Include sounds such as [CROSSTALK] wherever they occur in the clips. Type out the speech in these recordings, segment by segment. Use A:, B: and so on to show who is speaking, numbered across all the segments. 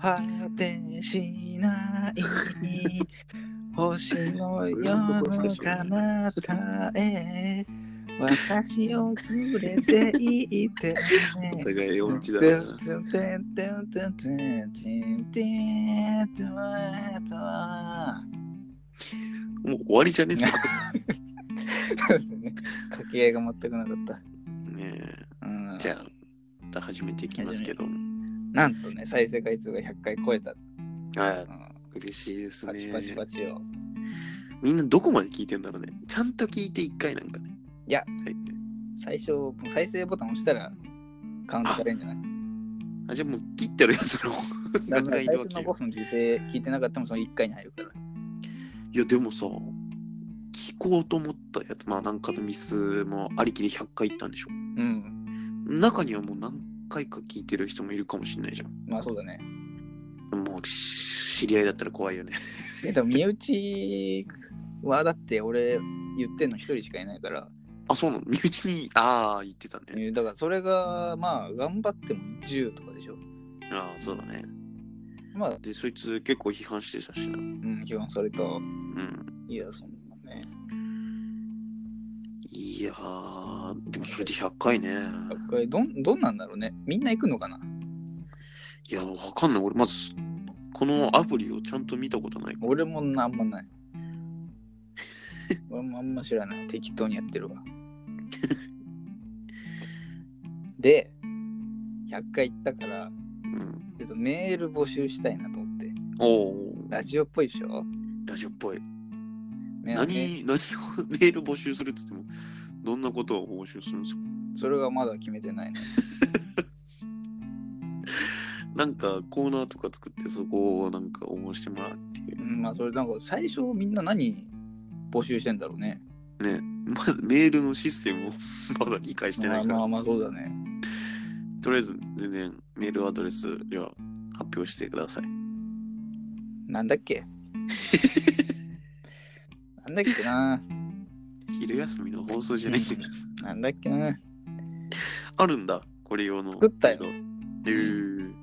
A: 果てしない星の
B: 俺
A: よ
B: もそこしか知ら
A: のなたへ私を連れて行って [LAUGHS] ね
B: お互い音痴だな。
A: 掛
B: もう終わりじゃねえぞ。
A: け合いが全くなかっ
B: ねえ
A: た。うん、
B: じゃあ、また始めていきますけども。
A: なんとね、再生回数が100回超えた。
B: は
A: うん
B: い。嬉しいです
A: パチパチ
B: ね
A: パ。チを。
B: みんなどこまで聞いてんだろうね。ちゃんと聞いて一回なんかね。
A: いや
B: 最低。
A: 最初、もう再生ボタン押したらカウントされるんじゃない
B: あ、じゃあもう切ってるやつの
A: [LAUGHS] だ
B: 何
A: から
B: 回い
A: 最
B: るわ
A: 初
B: け
A: の
B: よ
A: 5。分聞いて聞いてなかったもその1回に入るから。
B: いや、でもさ、聞こうと思ったやつ、まあなんかのミスもありきで100回いったんでしょ。
A: うん。
B: 中にはもう何回か聞いてる人もいるかもしれないじゃ
A: まあそうだね。
B: ん。もうし知り合いだったら怖いよね。
A: えでも身内はだって俺言ってんの1人しかいないから。
B: あ、そうなの身内に、ああ、言ってたね。
A: だからそれがまあ頑張っても10とかでしょ。
B: ああ、そうだね。
A: まあ、
B: で、そいつ結構批判してたしな。
A: う、
B: うん
A: 批判された。
B: ん。
A: いや、そんなね。
B: いやー、でもそれで100回ね。
A: 100回どん、どんなんだろうね。みんな行くのかない
B: や、わかんない。俺、まず、このアプリをちゃんと見たことないから。
A: 俺もなあんまない。俺もあんま知らない。適当にや [LAUGHS] ってるわ。で、100回行ったから、
B: うん。
A: ちょっとメール募集したいなと思って。
B: おお、
A: ラジオっぽいでしょ
B: ラジオっぽい。
A: メールね
B: 何、何をメール募集するっつっても、どんなことを募集するんですか
A: それがまだ決めてないね。
B: なんかコーナーとか作ってそこをなんか応募してもらうっていうう。
A: ん、まあ、それなんか最初みんな何募集してんだろうね。
B: ね。まだメールのシステムを [LAUGHS] まだ理解してな
A: まあ
B: いか
A: ま
B: ら。
A: あまあそうだね。
B: とりあえず全然メールアドレスじゃあ発表してください。
A: なんだっ
B: [LAUGHS]
A: けなんだっけな
B: 昼休みの放送じゃないんだからさ。
A: なんだっけな
B: あるんだ。これ用の。
A: 作ったよ
B: メールを。えー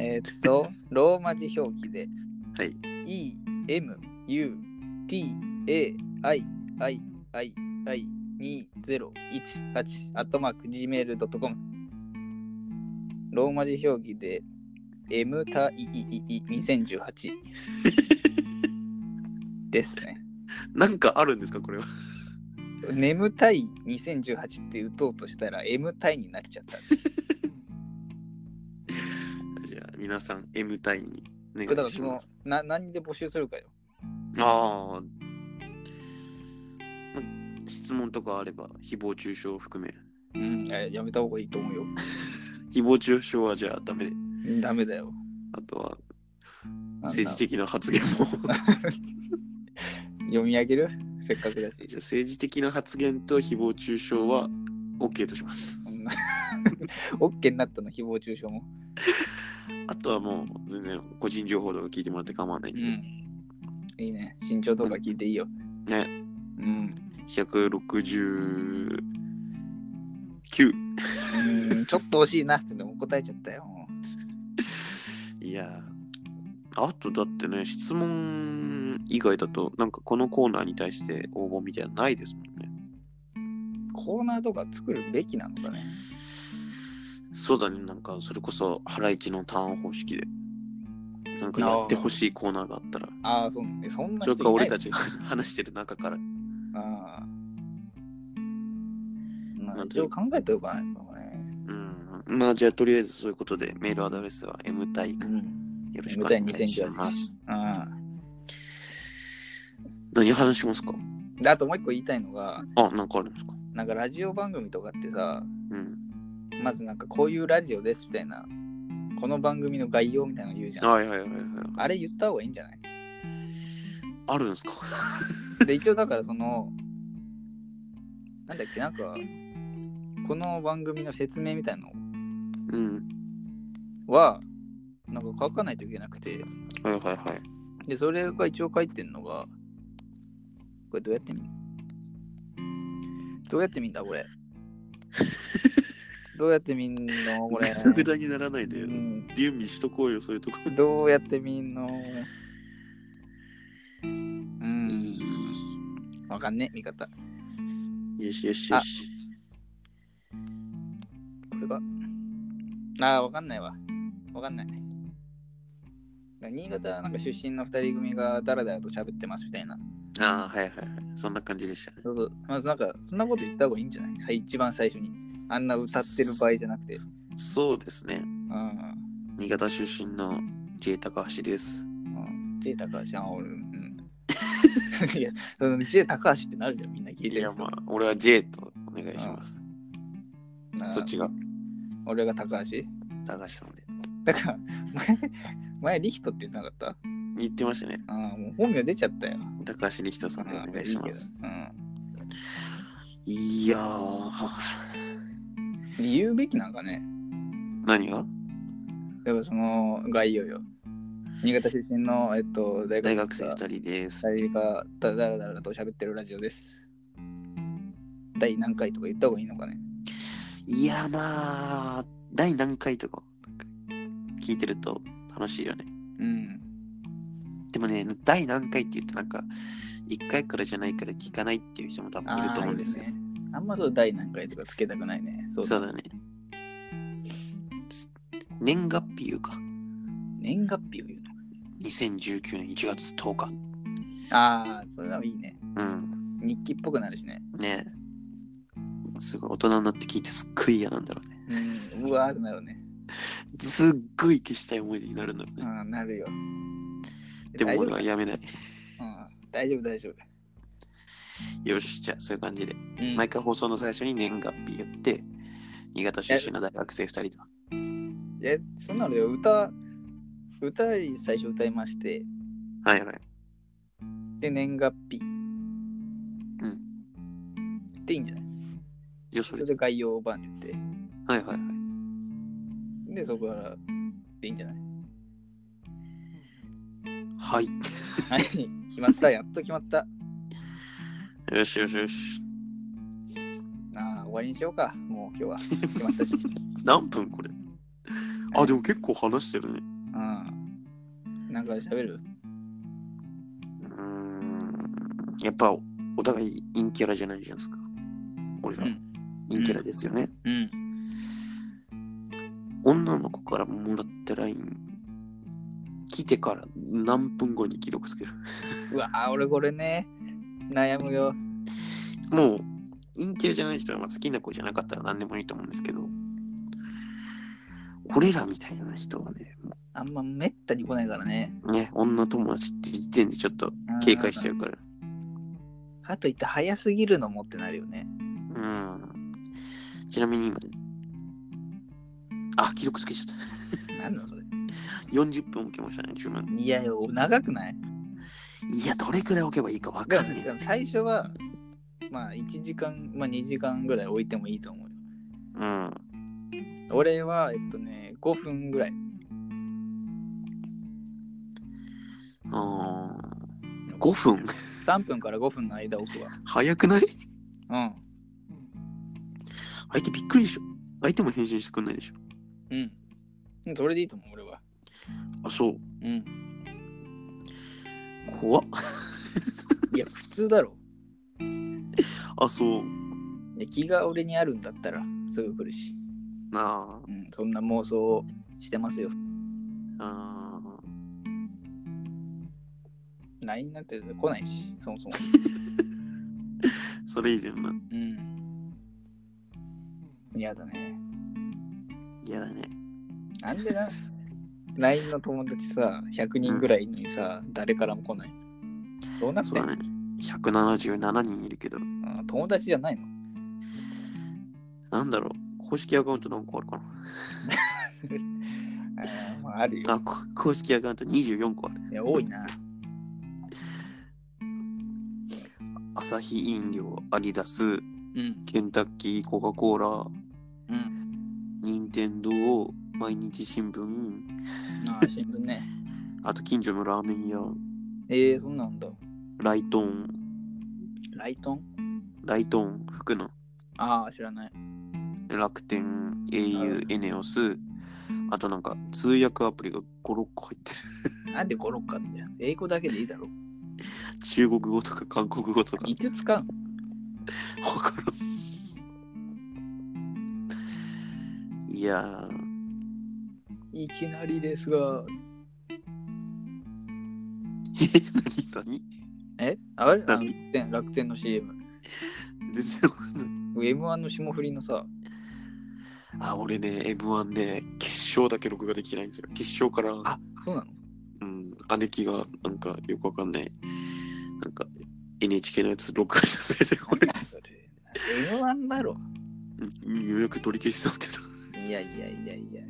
A: えーっと、ローマ字表記で
B: はい。
A: E M U T A I I I I 2018アットマーク gmail.com ローマ字表記で M たいいいい2018ですね。
B: なんかあるんですかこれは。 [LAUGHS]
A: 眠たい2018って打とうとしたら M たいになっちゃった。
B: じゃあ皆さん M 隊にお願
A: だか
B: い
A: ら
B: し
A: そ
B: ま
A: の
B: す。
A: な何で募集するかよ。
B: ああ。ま質問とかあれば、誹謗中傷を含め。
A: うん、やめた方がいいと思うよ。
B: 誹謗中傷はじゃあダメで。
A: ダメだよ。
B: あとは
A: あんな
B: 政治的な発言も。 [LAUGHS]
A: 読み上げるせっかくだし
B: じ。 [LAUGHS] ゃあ政治的な発言と誹謗中傷は OK とします。
A: そんな [LAUGHS] オッケーになったの、誹謗中傷も。
B: あとはもう全然個人情報とか聞いてもらって構わないんで。
A: いいね。身長とか聞いていいよ。
B: ね、
A: うん。
B: 169。
A: うんちょっと惜しいなってでも答えちゃったよ。も
B: いやーあとだってね、質問以外だと、なんかこのコーナーに対して応募みたいなのないですもんね。
A: うコーナーとか作るべきなのかね。
B: そうだね、なんかそれこそハライチのターン方式で、なんかやってほしいコーナーがあったら、
A: ああ、そうえそんな人いな
B: それ
A: い
B: か俺たちが [LAUGHS] 話してる中から
A: ああ。ま
B: な
A: あ、
B: ん
A: 一
B: ていう
A: 応考えておかないとね。
B: うんまあじゃあとりあえずそういうことでメールアドレスは M 対よ
A: うん。
B: ろしくお願いし
A: M 対
B: ます。
A: あ
B: 何話しますか
A: あであともう一個言いたいのが、
B: あ、なんかあるんですか
A: なんかラジオ番組とかってさ、
B: うん。
A: まずなんかこういうラジオですみたいな、この番組の概要みたいなの言うじゃん。
B: はいはいはいはい。
A: あれ言った方がいいんじゃない [LAUGHS]
B: あるんですか
A: で一応だからそのなんだっけなんかこの番組の説明みたいの
B: うん。
A: はなんか書かないといけなくて
B: はいはいはい。
A: でそれが一応書いてんのがこれどう
B: [LAUGHS]
A: やって見るどうやって見んだこれどうやって見んのこ
B: ぐ [LAUGHS]
A: れ。
B: だぐだにならないで
A: う、ん
B: 準備しとこうよ、そういうとこ。
A: [LAUGHS] どうやって見んのうん。わかんね、見方。こ
B: よしよしよし。
A: れが。ああ、わかんないわ。わかんない。新潟はなんか出身の二人組がダラダラと喋ってますみたいな。
B: ああ、はいはいはい。そんな感じでしたね。
A: そうそうまずなんか、そんなこと言った方がいいんじゃないさ一番最初に。あんな歌ってる場合じゃなくて。
B: そうですね。
A: うん。
B: 新潟出身の J 高橋です。
A: うん。J 高橋、あ、俺、うん。 [LAUGHS] いや、その J 高橋ってなるじゃん、みんな聞い
B: い
A: て
B: や
A: る、人
B: まあ、俺は J とお願いします。
A: な
B: そっちが
A: 俺が高橋 [LAUGHS]
B: 高橋さんで。
A: だから、前、前リヒトって言ってなかった
B: 言ってましたね。
A: ああ、もう本名出ちゃったよ。
B: 高橋リヒトさんでお願いします。
A: うん。
B: いやー、
A: 理由べきなんかね。
B: 何が
A: やっぱその概要よ。新潟出身の、えっと、大
B: 大
A: 学
B: 学生
A: 生
B: 2人です。
A: 二人がだだらだらと喋ってるラジオです。第何回とか言った方がいいのかね。
B: いや、まあ、第何回とか、聞いてると楽しいよね。
A: うん。
B: でもね、第何回って言うとなんか、1回からじゃないから聞かないっていう人も多分いると思うんですよ。
A: あーいいねあんまそう第何回とかつけたくないね。そう
B: そうだね。年月日いうか、
A: 年月日を言うの。
B: 2019年1月10日。
A: ああ、それはいいね。
B: うん。
A: 日記っぽくなるしね。
B: ねすごい大人になって聞いてすっごい嫌なんだろうね。
A: うん、うわーってなるね。
B: すっごい消したい思い出になるんだろうね。
A: ああ、なるよ。
B: でも
A: 大丈
B: 俺
A: 夫
B: はやめない。
A: うん、大丈夫、大丈夫。
B: よし、じゃあそういう感じで。
A: うん
B: 毎回放送の最初に年月日やって、新潟出身の大学生2人と。
A: え、そんなのよ、歌、歌最初歌いまして、
B: はいはい。。
A: で、年月日。うんでいいんじゃない
B: よそ
A: そ
B: れ
A: れ
B: で。
A: で概要版言って。
B: はいはいはい。
A: で、そこから、でいいんじゃない [LAUGHS]
B: はい。
A: はい、決まった、やっと決まった。
B: よしよしよし。
A: ああ、終わりにしようか。もう今日は。決まったし。 [LAUGHS]
B: 何分これあ、でも結構話してるね。
A: うん。なんか喋る
B: うーん。やっぱお互い陰キャラじゃないじゃないですか。俺ら
A: うん
B: 陰キャラですよね。
A: うん。
B: 女の子からもらった LINE 来てから何分後に記録つける。
A: うわあ、俺これね、悩むよ。
B: もう陰キャラじゃない人はまあ好きな子じゃなかったら何でもいいと思うんですけど。俺らみたいな人はね、も
A: あんまめったに来ないからね。
B: うね、女友達って時点でちょっと警戒しちゃうから。
A: かといって早すぎるのもってなるよね。
B: うん。ちなみに今、あ、記録つけちゃった。
A: なんだそれ。
B: [LAUGHS] 40分置きましたね、注文。
A: いやよ、長くない
B: いや、どれくらい置けばいいかわ
A: だ
B: か
A: か
B: んねえ。
A: ら最初は、まあ1時間、まあ2時間ぐらい置いてもいいと思うよ。
B: うん。
A: 俺は、えっとね、5分ぐらい。
B: あー5分
A: 3分から5分の間置くわ。
B: 早くな
A: う
B: い
A: ん。
B: 相手びっくりでしょ。相手も返信してくんないでしょ。
A: うんうん。それでいいと思う、俺は。
B: あ、そ
A: う
B: う。
A: ん。
B: 怖っ。 [LAUGHS]
A: いや、普通だろ。
B: あ、そう。
A: いや気が俺にあるんだったら、すぐ来るし。
B: な
A: うん、そんな妄想をしてますよ。
B: あ。あ
A: LINE なんて来ないし、そもそも。
B: ーそれ以前な。
A: うん。嫌だね。
B: 嫌だね。
A: なんでな ?LINE の友達さ、100人ぐらいいるのにさ、誰からも来ない。どうなって
B: そうんだね。177人いるけど、
A: うん友達じゃないの
B: なんだろう。公式アカウントなんかあるかな
A: あーまあ、あるよ。
B: あ、こ公式アカウント24個ある。
A: いや、多いな。
B: アサヒ飲料、アディダス、
A: うん。
B: ケンタッキー、コカ・コーラ、
A: うん。
B: ニンテンドー、毎日新聞、
A: あー新聞ね。
B: あと近所のラーメン屋、
A: えー、そんなんだ。
B: ライトーン、
A: ライトン
B: ライトーン、福野、
A: ああ、知らない。
B: 楽天、 au、エネオス、あとなんか通訳アプリが5、6個入ってる。 [LAUGHS]
A: なんで5、6かって。英語だけでいいだろ。
B: 中国語とか韓国語とか。
A: いつ使うの
B: わからん。いやー、
A: いきなりですが。
B: え、なに
A: えあれあの
B: 何
A: 楽天楽天の CM。
B: なに全然わかんない。
A: M1 の霜降りのさ、
B: あ、俺ね、M1 ね、決勝だけ録画できないんですよ。決勝から、
A: あそうなの
B: うん、姉貴が、なんか、よくわかんない、なんか、NHK のやつ録画しさせて、俺、
A: 何それ ?M1 だろ。
B: 予約取り消しそうってた。
A: いやいやいやいや。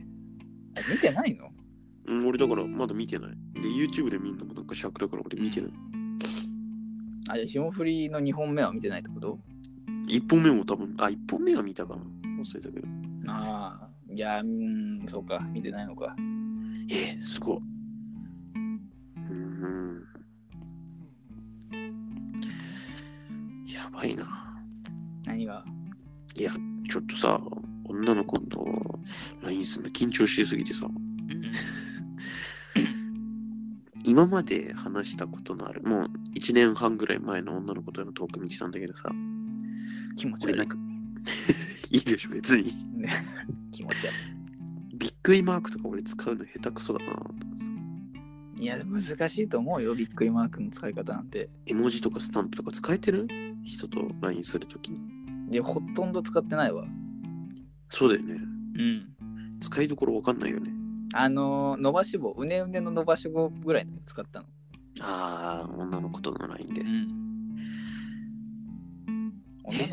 A: あ見てないの
B: うん俺だから、まだ見てない。で、YouTube で見んのもなんか尺だから俺見てない。
A: あ、じゃあ霜降りの2本目は見てないってこと
B: 一本目も多分、あ、一本目は見たかな。忘れたけど。
A: ああ、いや、うーん、そうか、見てないのか。
B: えー、すごい。うん。やばいな。
A: 何が
B: いや、ちょっとさ、女の子と LINE するの緊張しすぎてさ、今まで話したことのある、もう1年半ぐらい前の女の子とのトーク見てたんだけどさ、
A: 気持ち
B: 俺
A: 悪
B: なん
A: い。
B: か、 [LAUGHS] いいでしょ、別に。
A: 気持ち悪
B: びっくりマークとか俺使うの下手くそだなと思ってさ
A: い。いや、難しいと思うよ、びっくりマークの使い方なんて。
B: 絵文字とかスタンプとか使えてる人と LINE するときに。
A: で、ほとんど使ってないわ。
B: そうだよね。
A: うん。
B: 使いどころわかんないよね。
A: あのー、伸ばし棒、うねうねの伸ばし棒ぐらいの使ったの。
B: ああ、女の子との LINE で。
A: う
B: 待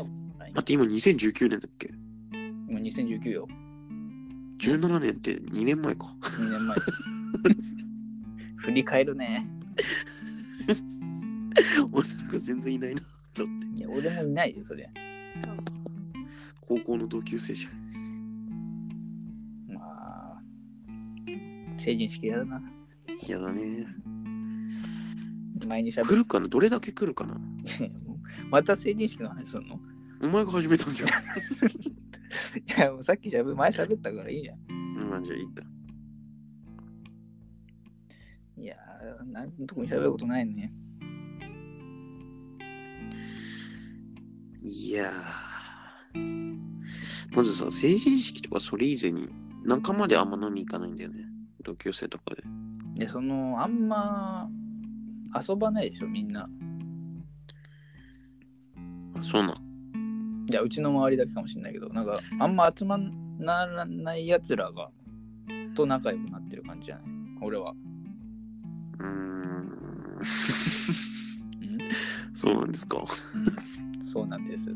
A: ん。女の子の LINE
B: って今2019年だっけ
A: もう2019よ。
B: ?17 年って2年前か。 [LAUGHS]
A: 2年 [LAUGHS] 前。振り返るね。
B: 俺なんか全然いないなと思って。
A: いや、俺もいないよ、そりゃ。
B: 高校の同級生じゃん。
A: まあ、成人式やだな。
B: 嫌だね。
A: 前にしゃべ
B: 来るかなどれだけ来るかな
A: って、 [LAUGHS] また成人式の話すんの [LAUGHS]
B: お前が始めたんじゃん。
A: いや、もうさっきしゃべ、前しゃべったからいいじゃん。
B: うん、まあじゃあいいんだ。
A: いやー、なん特にしゃべることないね。
B: いやー。まずさ、成人式とかそれ以前に仲間であんま飲み行かないんだよね。同級生とかで。
A: で、その、あんま、遊ばないでしょ、みんな。
B: あそうなん。
A: じゃあ、うちの周りだけかもしれないけど、なんか、あんま集まんならないやつらが、と仲良くなってる感じじゃない俺は。
B: うーん。
A: うん
B: そうなんですか。
A: そうなんです。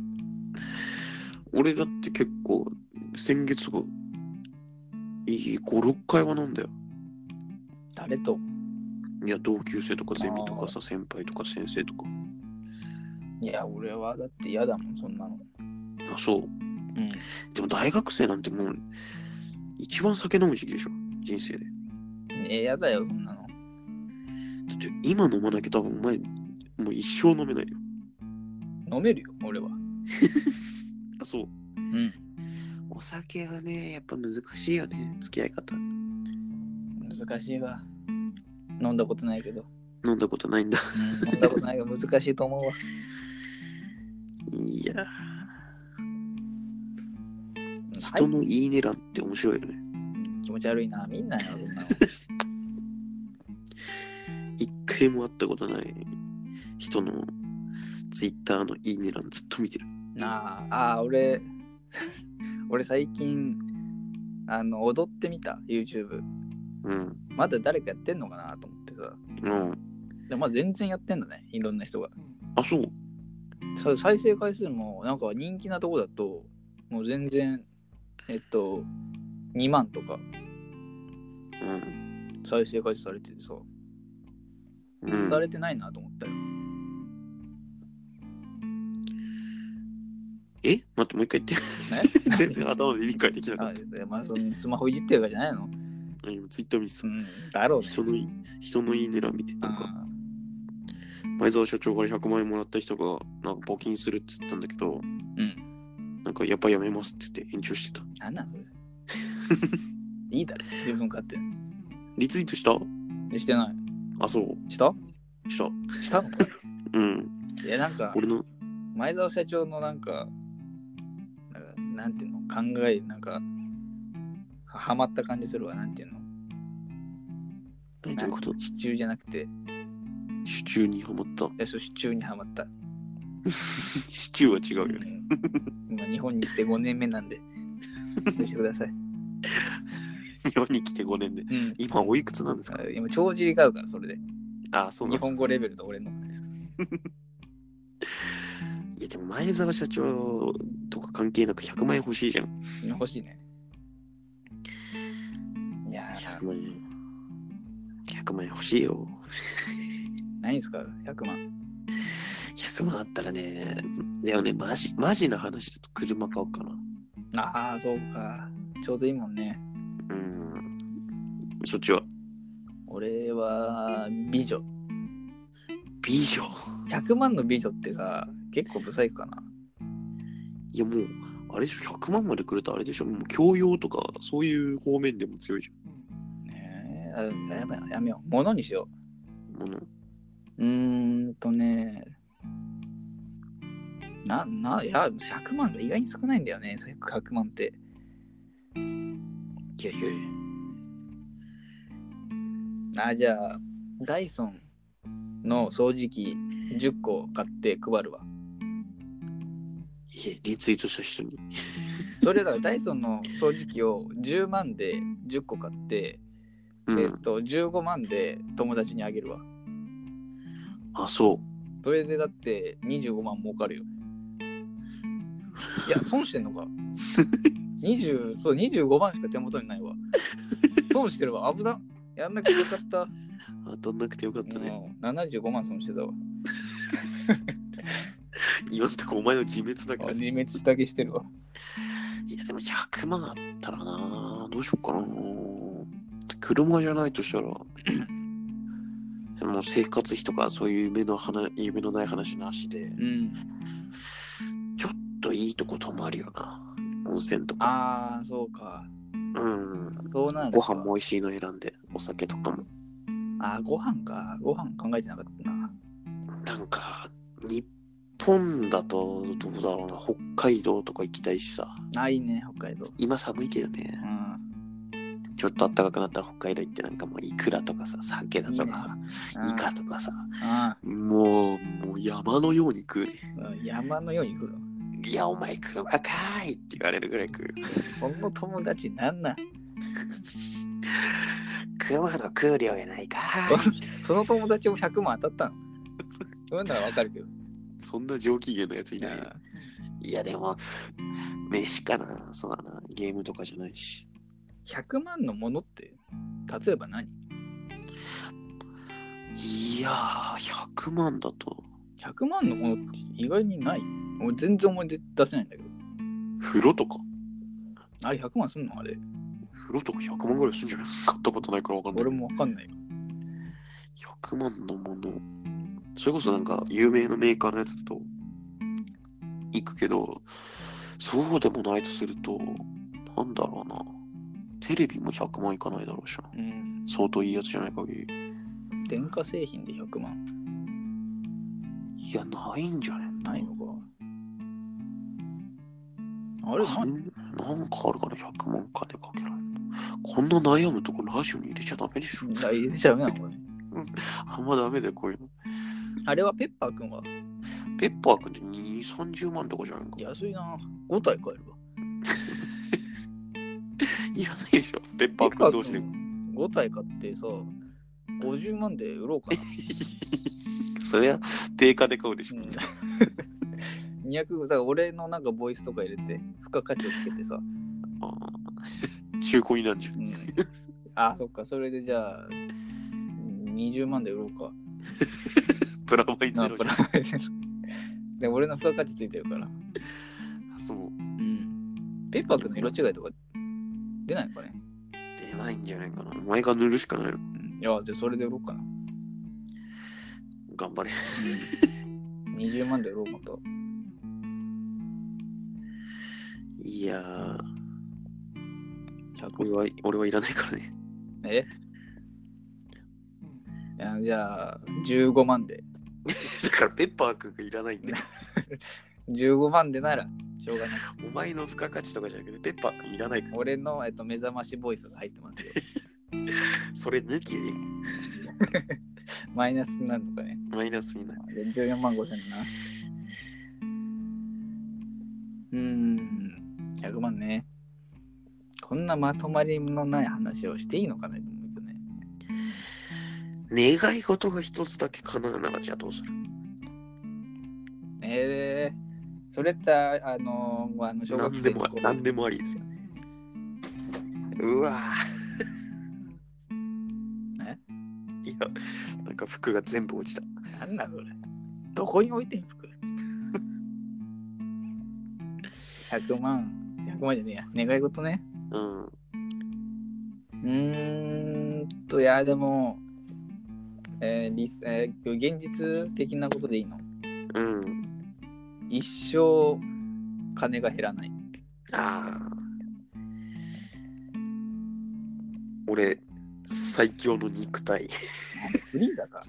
B: 俺だって結構、先月とか、いい5、6回は飲んだよ。
A: 誰と
B: いや、同級生とかゼミとかさ、先輩とか先生とか。
A: いや、俺はだって嫌だもん、そんなの。
B: あ、そう。
A: うん。
B: でも大学生なんてもう、一番酒飲む時期でしょ。人生で。
A: え、嫌だよ、そんなの。
B: だって今飲まなきゃ多分お前、もう一生飲めないよ。
A: 飲めるよ、俺は。
B: あ、そう。
A: うん。
B: お酒はね、やっぱ難しいよね。付き合い方。
A: 難しいわ。飲んだことないけど。
B: 飲んだことないんだ。 [LAUGHS]
A: 飲んだことないが難しいと思うわ。
B: いや、人のいいね欄って面白いよね。
A: はい気持ち悪いな。みん
B: [LAUGHS]
A: なよ、そんなの。
B: 一回も会ったことない人のツイッターのいいね欄ずっと見てる。
A: なあ、ああ、俺、 [LAUGHS] 俺最近、あの、踊ってみた、YouTube。
B: うん。
A: まだ誰かやってんのかなと思ってさ。
B: うん。
A: でまあ、全然やってんだね、いろんな人が。
B: あ、そう。
A: さ再生回数も、なんか人気なとこだと、もう全然、えっと、2万とか
B: うん。
A: 再生回数されててさ、
B: うん、
A: されてないなと思
B: [LAUGHS]
A: ったよ。
B: え待って、もう一回言って。 [LAUGHS]
A: ね
B: 全然頭で理解できなか
A: あ
B: っ
A: でまあ、そのスマホいじってるからじゃないの、
B: た。今ツイッター見て
A: ん、
B: た。
A: だろうね。
B: 人のいい人のいいね欄見て、なんか、
A: う
B: 前澤社長から100万円もらった人が、なんか募金するって言ったんだけど、
A: ん。
B: なんかやっぱやめますって言って延長してた。
A: なんなんそれいいだろ、自分勝手
B: リツイートした
A: に。してな
B: あ、そう。
A: い。した
B: した。
A: したの [LAUGHS]
B: うん。
A: いや、なんか、
B: 俺の、
A: 前澤社長のなんか、なんかなんていうの、考え、なんか、ははまった感じするわ、なんていうの。
B: 何どういうこと
A: 支柱じゃなくて、
B: シチューにハマった。 [LAUGHS]
A: えそう支柱にはまった。
B: シチューは違うよね。 [LAUGHS]
A: うん今、日本に行って5年目なんで、そうしてください。
B: 日本に来て5年で。
A: うん。
B: 今、おいくつなんですか
A: あ今、帳尻が合うから、それで。
B: あ、そうな
A: 日
B: んだ。
A: 本語レベルと俺の。
B: いや、でも前澤社長とか関係なく100万円欲しいじゃん。
A: 欲しいね。いやー、
B: 100万円。100万円欲しいよ。
A: ないんすか ?100 万。
B: 100万あったらね、だよね、マジ、マジな話だと車買おうかな。
A: ああ、そうか。ちょうどいいもんね。
B: うん。そっちは。
A: 俺は、美女。
B: 美女。
A: 100万の美女ってさ、結構ブサイクかな。
B: いや、もう、あれでしょ、100万までくれたあれでしょ、もう教養とか、そういう方面でも強いじ
A: ねえ、あやめよう、やめよう。ものにしよ
B: ゃん。もの。
A: う。うーんとね、な、な、いや、100万が意外に少ないんだよね。100万って。
B: いやいやいや。
A: あ、じゃあ、ダイソンの掃除機10個買って配るわ。
B: いや、リツイートした人に。
A: それだからダイソンの掃除機を10万で10個買って、
B: う
A: えっ
B: ん。
A: と15万で友達にあげるわ
B: あ、そ
A: それでだって25万儲かるよいや損してん
B: [LAUGHS]
A: のか20そう25万しか手元にないわ損してるわ危なやんなくてよかった、
B: う。当たんなくてよかったね。
A: うん、75万損してたわ
B: 今んとこお前の自滅だから。
A: 自滅したげしてるわ
B: いや、でも100万あったらな、どうしようかな。車じゃないとしたら、 [CLEARS THROAT] もう生活費とかそういう夢の話夢のない話なしで、
A: うん
B: ちょっといいとこ泊まるよな。温泉とか。
A: ああそうか
B: うん。
A: そうなる
B: ご飯も美味しいの選んで、お酒とかも。
A: ああご飯かご飯考えてなかったな
B: なんか、日本だとどうだろうな、北海道とか行きたいしさ。
A: ないね北海道
B: 今寒いけど
A: う
B: ね、
A: ん
B: ちょっと暖かくなったら北海道行ってなんかもうイクラとかさ、鮭だとか、イカとかさ、
A: あ
B: もう、もう山のように食うね。
A: あ山のように行くの
B: いや、お前食うばかーいって言われるぐらい食う。
A: この友達なんなん
B: 熊の食う量やないかーい。
A: その友達も100万当たったのそういうならわかるけど。
B: そんな上機嫌のやついないよ。
A: う
B: いや、でも、飯かな。そうだな。ゲームとかじゃないし。
A: ん100万のものって、例えば何
B: いやー、100万だと。
A: ?100 万のものって意外にない。俺全然思い出せないんだけど。
B: 風呂とか。
A: あれ100万すんのあれ。
B: 風呂とか100万ぐらいするんじゃない買ったことないからわかんない
A: 俺。もわかんないよ。
B: 100万のもの。それこそなんか有名なメーカーのやつだと行くけど、そうでもないとすると、なんだろうな。テレビも100万いかないだろうしな。
A: うん。
B: 相当いいやつじゃない限り。
A: 電化製品で100万
B: いや、ないんじゃね
A: ないのか。あれ
B: か
A: 何
B: んなんかあるかな、100万金かけられる。こんな悩むとこラジオに入れちゃダメでしょ。
A: あ入れちゃうなこれ
B: あんまダメだよ、こういうの。
A: あれはペッパーくんは
B: ペッパー君って2、30万とかじゃないか。
A: 安いな。5体買えるわ。
B: いらないでしょ。ペッパー君同士で。
A: 5体買ってさ、50万で売ろうかな。
B: [LAUGHS] それは定価で買うでしょ。
A: うん200だから俺のなんかボイスとか入れて付加価値をつけてさ、
B: あー [LAUGHS] 中古になんじゃん。
A: うん、
B: [LAUGHS]
A: あそっかそれでじゃあ20万で売ろうか
B: プラマイゼ
A: な
B: ロ
A: プ
B: じゃ
A: ラ
B: ん。
A: マイゼロで俺の付加価値ついてるから、
B: そう。
A: うん、ペッパー君の色違いとか出ないのかね、
B: 出ないんじゃないかな。お前が塗るしかないの。
A: うん、いやじゃあそれで売ろうかな
B: 頑張れ。
A: 20万で売ろうかと
B: いやー、俺は、俺はいらないからね。 [LAUGHS]
A: えいやじゃあ、15万で。
B: だからペッパーくんがいらないんだよ。
A: 15万でなら、しょうがない。
B: お前の付加価値とかじゃなくて、ペッパーくんいらないから。
A: 俺の、えっと、目覚ましボイスが入ってますよ。
B: それ抜きで
A: マイナスになるのかね。
B: マイナスになる。
A: で14万5千な。うーん、100万ね。こんなまとまりのない話をしていいのかなと思うけどね。
B: 願い事が一つだけ叶うならじゃあどうする
A: えー、それって、あのあの小学
B: 何
A: 生
B: で
A: の
B: もあ
A: 頃
B: り、何でもありですよ。うわ
A: え
B: ぁ。いや、なんか服が全部落ちた。
A: なんだそれ。どこに置いてん [LAUGHS] 服 ?100 万。100万じゃねえや。願い事ね。
B: うん。
A: うーんと、いや、でも、えーリスえー現実的なことでいいの
B: うん。
A: 一生、金が減らない。
B: ああ。俺、最強の肉体。 [LAUGHS]
A: フリーザか。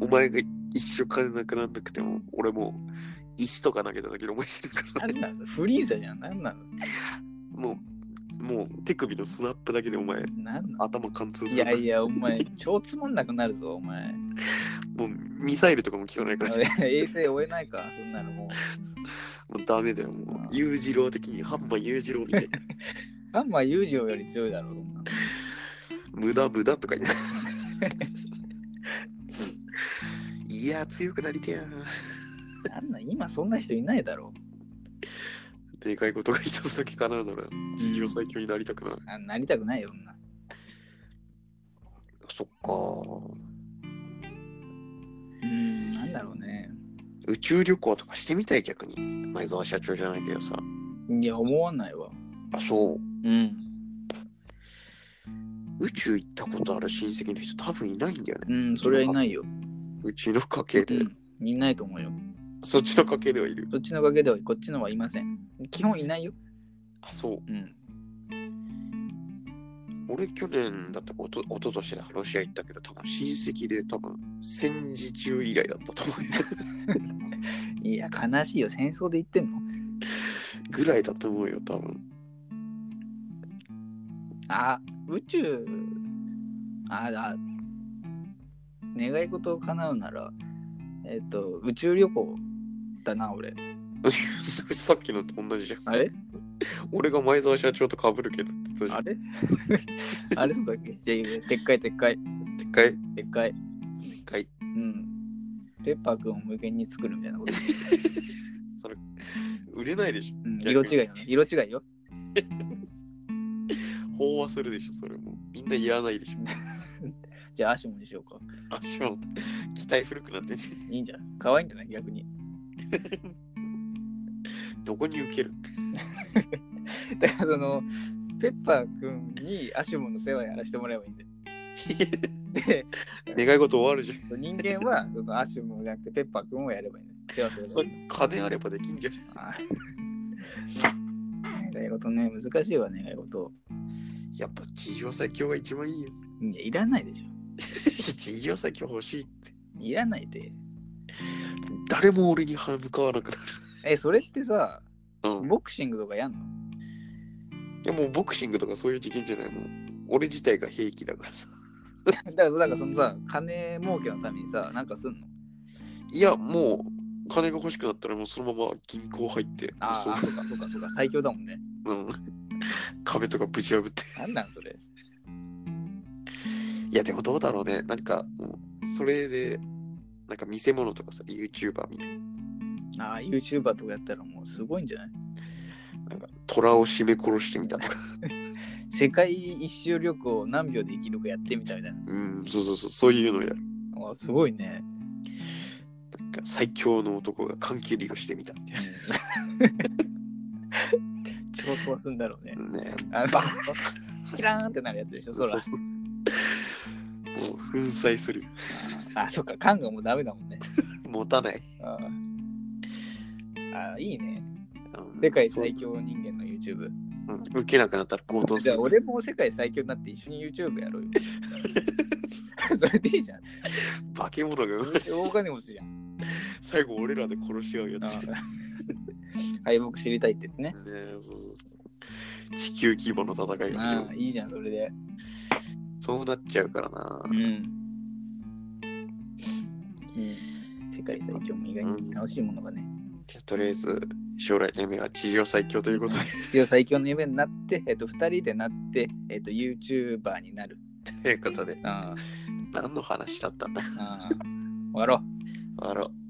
B: お前が一生金なくなんなくても、俺も石とか投げただけでお前死ぬか
A: な
B: ら [LAUGHS] ね、
A: んなのフリーザじゃん。なんなの
B: もう、もう手首のスナップだけでお前、
A: なんなの
B: 頭貫通
A: い
B: するか
A: や
B: ら。
A: いや、お前、超つまんなくなるぞ、お前。 [LAUGHS]
B: もうミサイルとかも効かないから、
A: 衛星追えないか、そんなのもう。
B: もうダメだよ。もう、裕次郎的に、ハンマー裕次郎みた [LAUGHS] いな。
A: ガンマ裕次郎より強いだろ、そんなの
B: 無駄無駄とか言って。 [LAUGHS] いや、強くなりてえな。
A: なんなん今そんな人いないだろ。
B: でかいことが一つだけ叶うなら、事業最強になりたくない。
A: あなりたくないよ、女。
B: そっか。
A: うん、なんだろうね。
B: 宇宙旅行とかしてみたい逆に。前澤社長じゃないけどさ。
A: いや、思わないわ。
B: あ、そう。
A: うん。
B: 宇宙行ったことある親戚の人多分いないんだよね。
A: うん、それはいないよ。
B: うちの家系
A: う
B: で。
A: ん、いないと思うよ。
B: そっちの家系ではいる。
A: そっちのおかげではこっちのはいません。基本いないよ。
B: あ、そう。
A: うん。
B: 俺去年だったかおと一昨年だロシア行ったけど多分親戚で多分戦時中以来だったと思うよ [LAUGHS]
A: いや、悲しいよ。戦争で言ってんの
B: ぐらいだと思うよ多分 [LAUGHS]
A: あ、宇宙。あ、あ、願い事を叶うなら、えっ、と、宇宙旅行だな、俺。
B: さっきのと同じじゃん
A: あれ
B: 俺が前澤社長と被るけどって言ったじゃ
A: あ
B: ん
A: れ [LAUGHS] あれそうだっけじゃあ、でっかいでっかい。
B: でっかい
A: でっかい。
B: でっかい
A: うん。ペッパーくんを無限に作るみたいなこと。
B: それ売れないでし
A: うん、
B: 逆
A: 色
B: に
A: 違いのね。色違いよ。
B: ょ飽和するでしょそれもうみんないらないでしょ
A: じゃあ、アシモにしようか。
B: あしまった機体古くなってんじ
A: いいんじゃん。可愛いんじゃない逆に。
B: ゃんどこに受ける
A: だからその、ペッパーくんにアシモの世話やらせてもらえばいいんだよ。
B: [LAUGHS]
A: で、
B: 願い事終わるじゃん
A: 人間はそのアシモじゃなくてペッパーくんをやればいいんだよ。世話すればいい
B: それ金あればできんじゃん
A: あー願い事ね、難しいわ、願い事。
B: やっぱ地上最強が一番いいよ
A: いや、いらないでしょ。
B: 地上最強欲しい
A: いらないで。
B: 誰も俺に歯向かわなくなる。
A: え、それってさ、
B: うん、
A: ボクシングとかやんの
B: でもボクシングとかそういう事件じゃないの俺自体が兵器だからさ。 [LAUGHS]
A: だから、だからそのさ、金儲けのためにさ、なんかすんの
B: いや、もう金が欲しくなったらもうそのまま銀行入って、
A: ああ、
B: そ
A: そううか、そうか、そうか、最強だもんね。
B: うん、壁とかぶち破って。
A: なんなんそれ。
B: いや、でもどうだろうね。なんかもう、それで、なんか見せ物とかさ、YouTuber みたいな。
A: ああ、YouTuber とかやったらもうすごいんじゃない
B: なんか虎を絞め殺してみた [LAUGHS] とか。
A: 世界一周旅行を何秒で生きるかやってみたみたいな。
B: うん、そうそうそう、そういうのやる。
A: あすごいね。
B: なんか最強の男が関係利用してみたみたい
A: [LAUGHS] 仕事はすんだろうね。
B: な。ね
A: あの、キラーンってなるやつでしょ、空
B: そう。そうそうもう粉砕する。
A: あ、そっか、缶がもうダメだもんね。
B: 持たない。
A: ああああ、いいね。
B: うん
A: 世界
B: そう
A: 最強人間の YouTube。
B: うん、受けなくなったら行動す
A: じゃ
B: る
A: あ。俺も世界最強になって一緒に YouTube やろうよ。 [LAUGHS] それでいいじゃん。
B: 化け物が生まれ
A: 大金持ちじゃん。
B: 最後俺らで殺し合うやつ。ね
A: 敗北知りたいって言ってね。
B: えそうそうそう地球規模の戦いが
A: あ
B: 起き
A: あ、
B: る
A: いいじゃん、それで。
B: そうなっちゃうからな
A: う。ん。うん世界最強も意外に楽しいものがね。
B: じゃあとりあえず、将来の夢は地上最強ということ
A: 世界最強の夢になって、えっと、二人でなって、えっと、YouTuber になる。
B: で。ということで、
A: うん。うん
B: 何の話だったんだ
A: 終わろう。
B: あら。